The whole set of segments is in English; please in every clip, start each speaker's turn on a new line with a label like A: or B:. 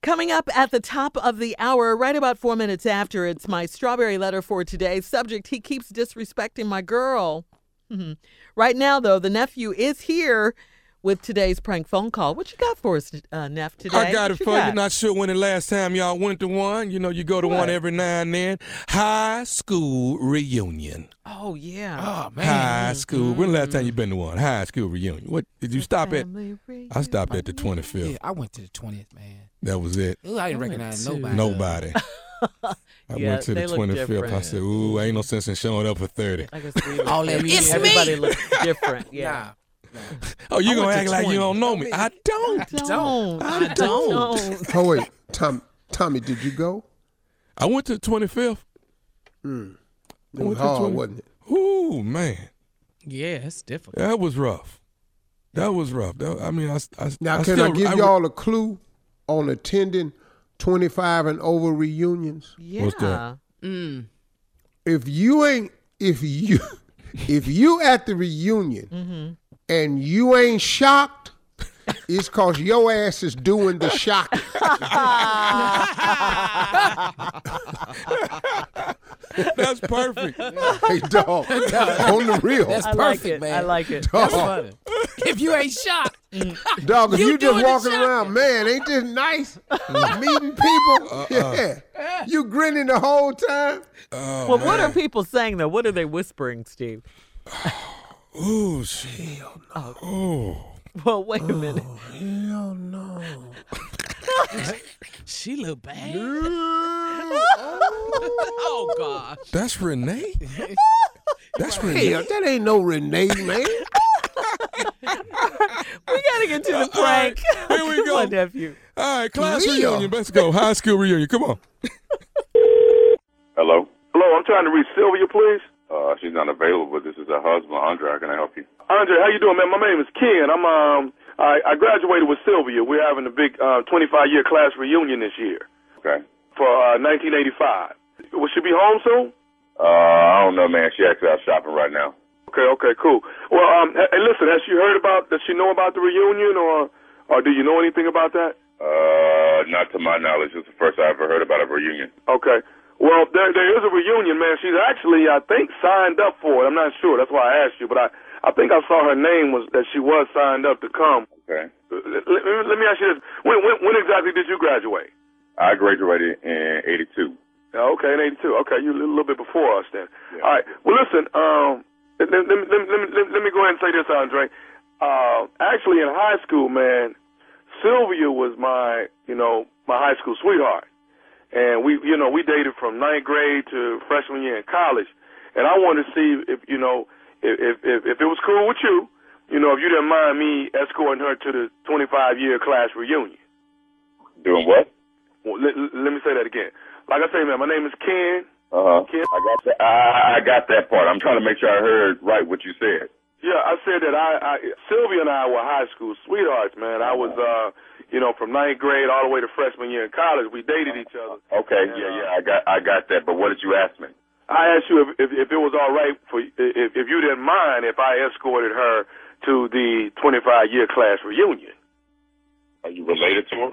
A: Coming up at the top of the hour, right about four minutes after, it's my strawberry letter for today. Subject He keeps disrespecting my girl. Mhm. Right now, though, the nephew is here with today's prank phone call. What you got for us, uh, Neff, today?
B: I got
A: What
B: it for you.
A: got?
B: Not sure when the last time y'all went to one. You know, you go to
A: What?
B: one every now and then. High school reunion.
A: Oh, Mm-hmm. yeah.
C: Oh
B: High school. When the last time you been to one? High school reunion. What did you stop at?
A: Family reunion.
B: I stopped at the 25th.
C: Yeah, I went to the twentieth, man.
B: That was it.
C: Ooh,
A: I
C: I didn't
A: went
C: recognize
A: to-
C: nobody.
B: Nobody. I
A: Yeah,
B: went to the
A: they look
B: 25th. I
A: different.
B: said, ooh, ain't no sense in showing up for 30.
A: I guess we
C: All that
A: everybody,
C: Oh, It's me.
A: everybody looks different. Yeah.
C: Nah.
B: Oh, you
C: I
B: going to
C: went to
B: act like you
C: 20.
B: don't know me. I don't.
A: Don't.
B: I don't.
D: Oh wait, Tom, Tommy, did you go?
B: I went to the 25th.
D: It was
B: What's the
D: hard,
B: twenty-
D: wasn't it?
B: Ooh, man.
C: Yeah, it's difficult.
B: That was rough. That was rough. That, I mean, I, I,
D: Now,
B: I
D: can I
B: still-
D: give
B: I-
D: y'all a clue on attending 25 and over reunions?
A: Yeah.
B: What's that?
C: Mm.
D: If you ain't, if you, if you at the reunion and you ain't shocked, it's cause your ass is doing the shocking.
B: That's perfect.
D: hey, dog, on the real,
C: That's
A: I
C: perfect,
A: like it.
C: man.
A: I like it.
B: Oh,
C: That's
D: dog.
C: funny. if you ain't shocked,
D: Dog, if
C: You
D: you, just
C: doing the
D: walking
C: shopping.
D: around, man, ain't this nice? Meeting people, yeah. You grinning the whole time.
A: Well, what are people saying though? What are they whispering, Steve?
B: Ooh, shit. Oh,
A: Well, wait a minute.
D: Hell no.
C: she look bad. oh God.
B: that's Renee? That's Renee.
D: Hell, that ain't no Renee, man.
A: We gotta get to the
B: All right,
A: prank.
B: here we
A: Come
B: go.
A: on, nephew.
B: All right, class
D: Leo.
B: reunion. Let's go. High school reunion. Come on.
E: Hello? Hello, I'm trying to reach Sylvia, please. Uh, she's not available. This is her husband, Andre. How can I help you? Andre, how you doing, man? My name is Ken. I'm um I, I graduated with Sylvia. We're having a big uh, 25 year class reunion this year. Okay. For uh, 1985. Will she be home soon? Uh, I don't know, man. She actually out shopping right now. Okay, okay, cool. Well, um, hey, listen, has she heard about? Does she know about the reunion, or, or do you know anything about that? Uh, not to my knowledge. It's the first I ever heard about a reunion. Okay. Well, there there is a reunion, man. She's actually, I think, signed up for it. I'm not sure. That's why I asked you, but I, I think I saw her name was that she was signed up to come. Okay. Let, let, let me ask you this: when, when, when exactly did you graduate? I graduated in '82. Okay, in '82. Okay, you a little bit before us then. All right. Well, listen. Um, let, let, let, let, let, let, let me go ahead and say this, Andre. Uh, actually, in high school, man, Sylvia was my, you know, my high school sweetheart, and we, you know, we dated from ninth grade to freshman year in college, and I wanted to see if, you know, if if if, if it was cool with you, you know, if you didn't mind me escorting her to the 25 year class reunion. Doing what? Well, let, let me say that again. Like I say, man, my name is Ken. Uh-huh. Ken. I got that. I, I got that part. I'm trying to make sure I heard right what you said. Yeah, I said that I, I Sylvia and I were high school sweethearts, man. I was uh you know, from ninth grade all the way to freshman year in college, we dated each other. Okay, yeah, yeah, I got I got that. But what did you ask me? I asked you if if, if it was all right for if if you didn't mind if I escorted her to the 25 year class reunion. Are you related to her?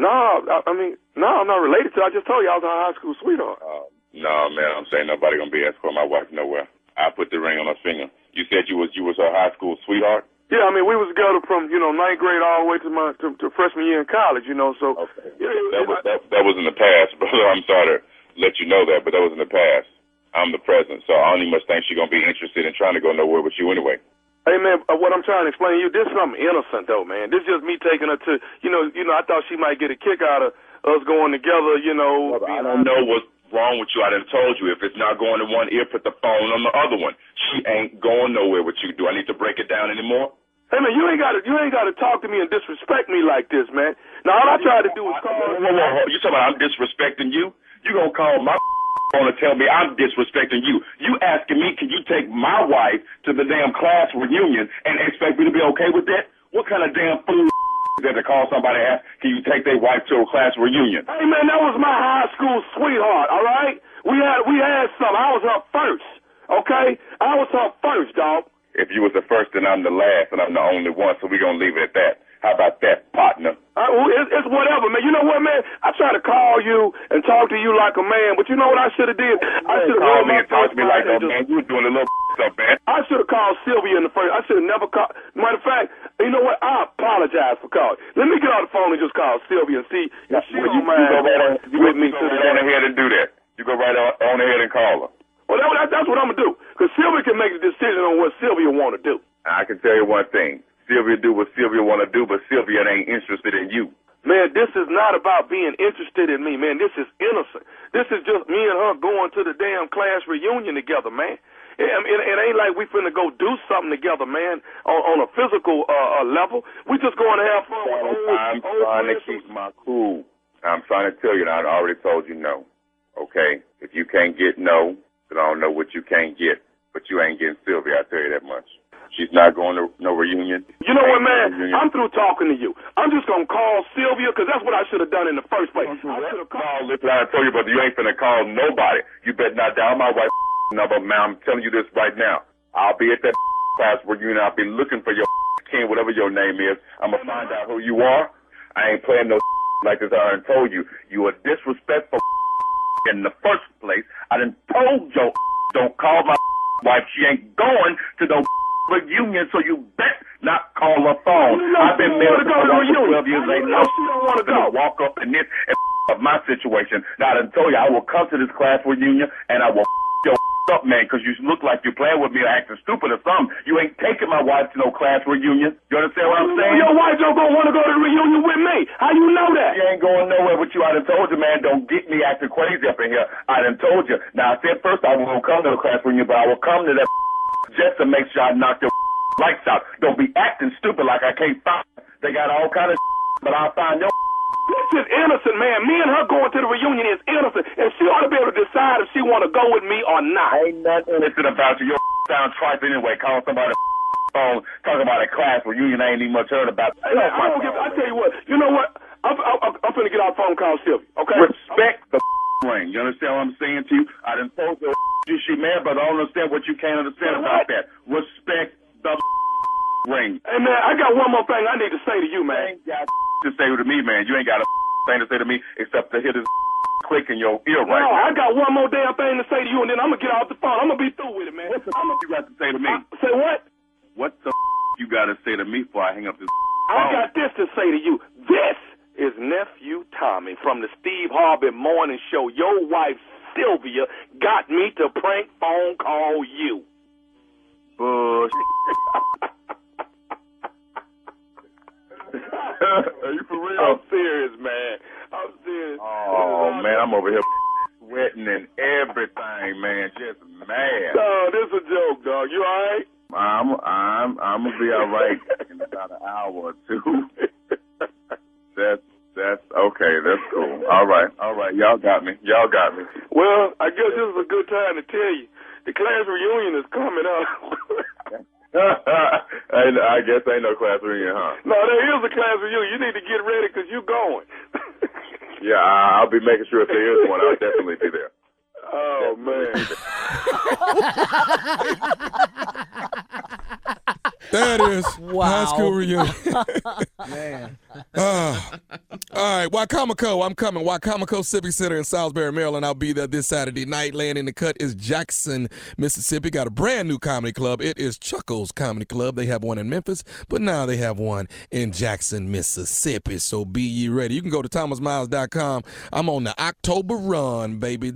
E: No, I, I mean, no, I'm not related to. her. I just told you I was her high school sweetheart. Uh, no, man, I'm saying nobody gonna be escorting my wife nowhere. I put the ring on her finger. You said you was you was her high school sweetheart. Yeah, I mean, we was together from you know ninth grade all the way to my to, to freshman year in college. You know, so yeah, that was that, that was in the past, brother. I'm sorry to let you know that, but that was in the past. I'm the present, so I only must think she's gonna be interested in trying to go nowhere with you anyway. Hey man, uh, what I'm trying to explain to you, this is something innocent though, man. This is just me taking her to, you know, you know. I thought she might get a kick out of us going together, you know. I don't know what's wrong with you. I done told you if it's not going to one ear, put the phone on the other one. She ain't going nowhere with you. Do I need to break it down anymore? Hey man, you ain't got to you ain't got to talk to me and disrespect me like this, man. Now all I tried to do was call. Whoa, whoa, whoa. You talking about I'm disrespecting you? You gonna call my want to tell me I'm disrespecting you. You asking me, can you take my wife to the damn class reunion and expect me to be okay with that? What kind of damn fool is that to call somebody and ask, can you take their wife to a class reunion? Hey man, that was my high school sweetheart, all right? We had we had some. I was her first, okay? I was her first, dog. If you was the first, then I'm the last, and I'm the only one, so we're going to leave it at that.
F: How about that, partner? Uh, well, it's, it's whatever, man. You know what, man? I try to call you and talk to you like a man, but you know what I should have did? I should have called me and talked to me like a man. You were doing a little stuff, man. I should have called Sylvia in the first. I should have never called. Matter of fact, you know what? I apologize for calling. Let me get on the phone and just call Sylvia and see if she don't mind with me. You go right on ahead and do that. You go right on, on ahead and call her. Well, that, that, that's what I'm gonna do. Cause Sylvia can make the decision on what Sylvia want to do. I can tell you one thing. Sylvia do what Sylvia want to do, but Sylvia ain't interested in you. Man, this is not about being interested in me, man. This is innocent. This is just me and her going to the damn class reunion together, man. It, I mean, it, it ain't like we finna go do something together, man, on, on a physical uh, uh, level. We just going to have fun. With old, I'm old trying to keep my cool. I'm trying to tell you now, I already told you no. Okay? If you can't get no, then I don't know what you can't get. But you ain't getting Sylvia, I tell you that much. She's not going to no reunion. You know what, man? I'm through talking to you. I'm just going to call Sylvia because that's what I should have done in the first place. I should have called. Listen, I told you, brother, you ain't finna call nobody. You better not dial my wife number, man. I'm telling you this right now. I'll be at that class reunion. I'll be looking for your king, whatever your name is. I'm going to find out who you are. I ain't playing no like this. I done told you. You a disrespectful in the first place. I done told your don't call my wife. She ain't going to no reunion, so you bet not call her phone. I've been married for like 12 years. Ain't no she don't want to go. walk up in this and of my situation. Now, I done told you I will come to this class reunion and I will your up, man, because you look like you're playing with me or acting stupid or something. You ain't taking my wife to no class reunion. You understand what I'm saying? Your wife don't gonna want to go to the reunion with me. How you know that? She ain't going nowhere with you. I done told you, man. Don't get me acting crazy up in here. I done told you. Now I said first I won't come to the class reunion, but I will come to that just to make sure I knock your lights out. Don't be acting stupid like I can't find. They got all kind of, but I'll find your. This is innocent, man. Me and her going to the reunion is innocent, and she ought to be able to decide if she want to go with me or not. Ain't nothing innocent about you. Your sound tripe anyway. Calling somebody phone, talking about a class reunion I ain't even much heard about. Hey, I don't give. I tell you what. You know what? I'm, I'm, I'm finna get our phone call, Sylvia. Okay. Respect the ring. You understand what I'm saying to you? I done told you you she mad, but I don't understand what you can't understand about that. Respect the ring. Hey man, I got one more thing I need to say to you, man. You ain't got to say to me, man. You ain't got a thing to say to me except to hit this click in your ear right No, Oh, I got one more damn thing to say to you, and then I'm gonna get off the phone. I'm gonna be through with it, man. What the I'm you got to say to me? say what? What the you got to say to me before I hang up this? I got this to say to you. This is nephew Tommy from the Steve Harvey Morning Show. Your wife Sylvia got me to prank phone call you. Bush. Are you for real? I'm serious, man. I'm serious. Oh man, I'm over here sweating and everything, man. Just mad. No, this is a joke, dog. You all right? I'm I'm I'm gonna be all right in about an hour or two. that's that's okay. That's cool. All right, all right. Y'all got me. Y'all got me. Well, I guess this is a good time to tell you the class reunion is coming up. I, I guess ain't no class reunion, huh? No, there is a class reunion. You need to get ready because you're going. yeah, I, I'll be making sure if there is one, I'll definitely be there. Oh man.
B: That is high school reunion.
G: Man.
B: Ah. all right, Wacomico, I'm coming. Wacomico Civic Center in Salisbury, Maryland. I'll be there this Saturday night. Land in the cut is Jackson, Mississippi. Got a brand new comedy club. It is Chuckles Comedy Club. They have one in Memphis, but now they have one in Jackson, Mississippi. So be ye ready. You can go to thomasmiles.com. I'm on the October run, baby.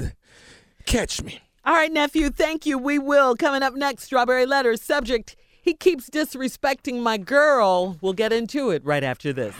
B: Catch me.
A: All right, nephew, thank you. We will. Coming up next, Strawberry Letters. Subject He keeps disrespecting my girl. We'll get into it right after this.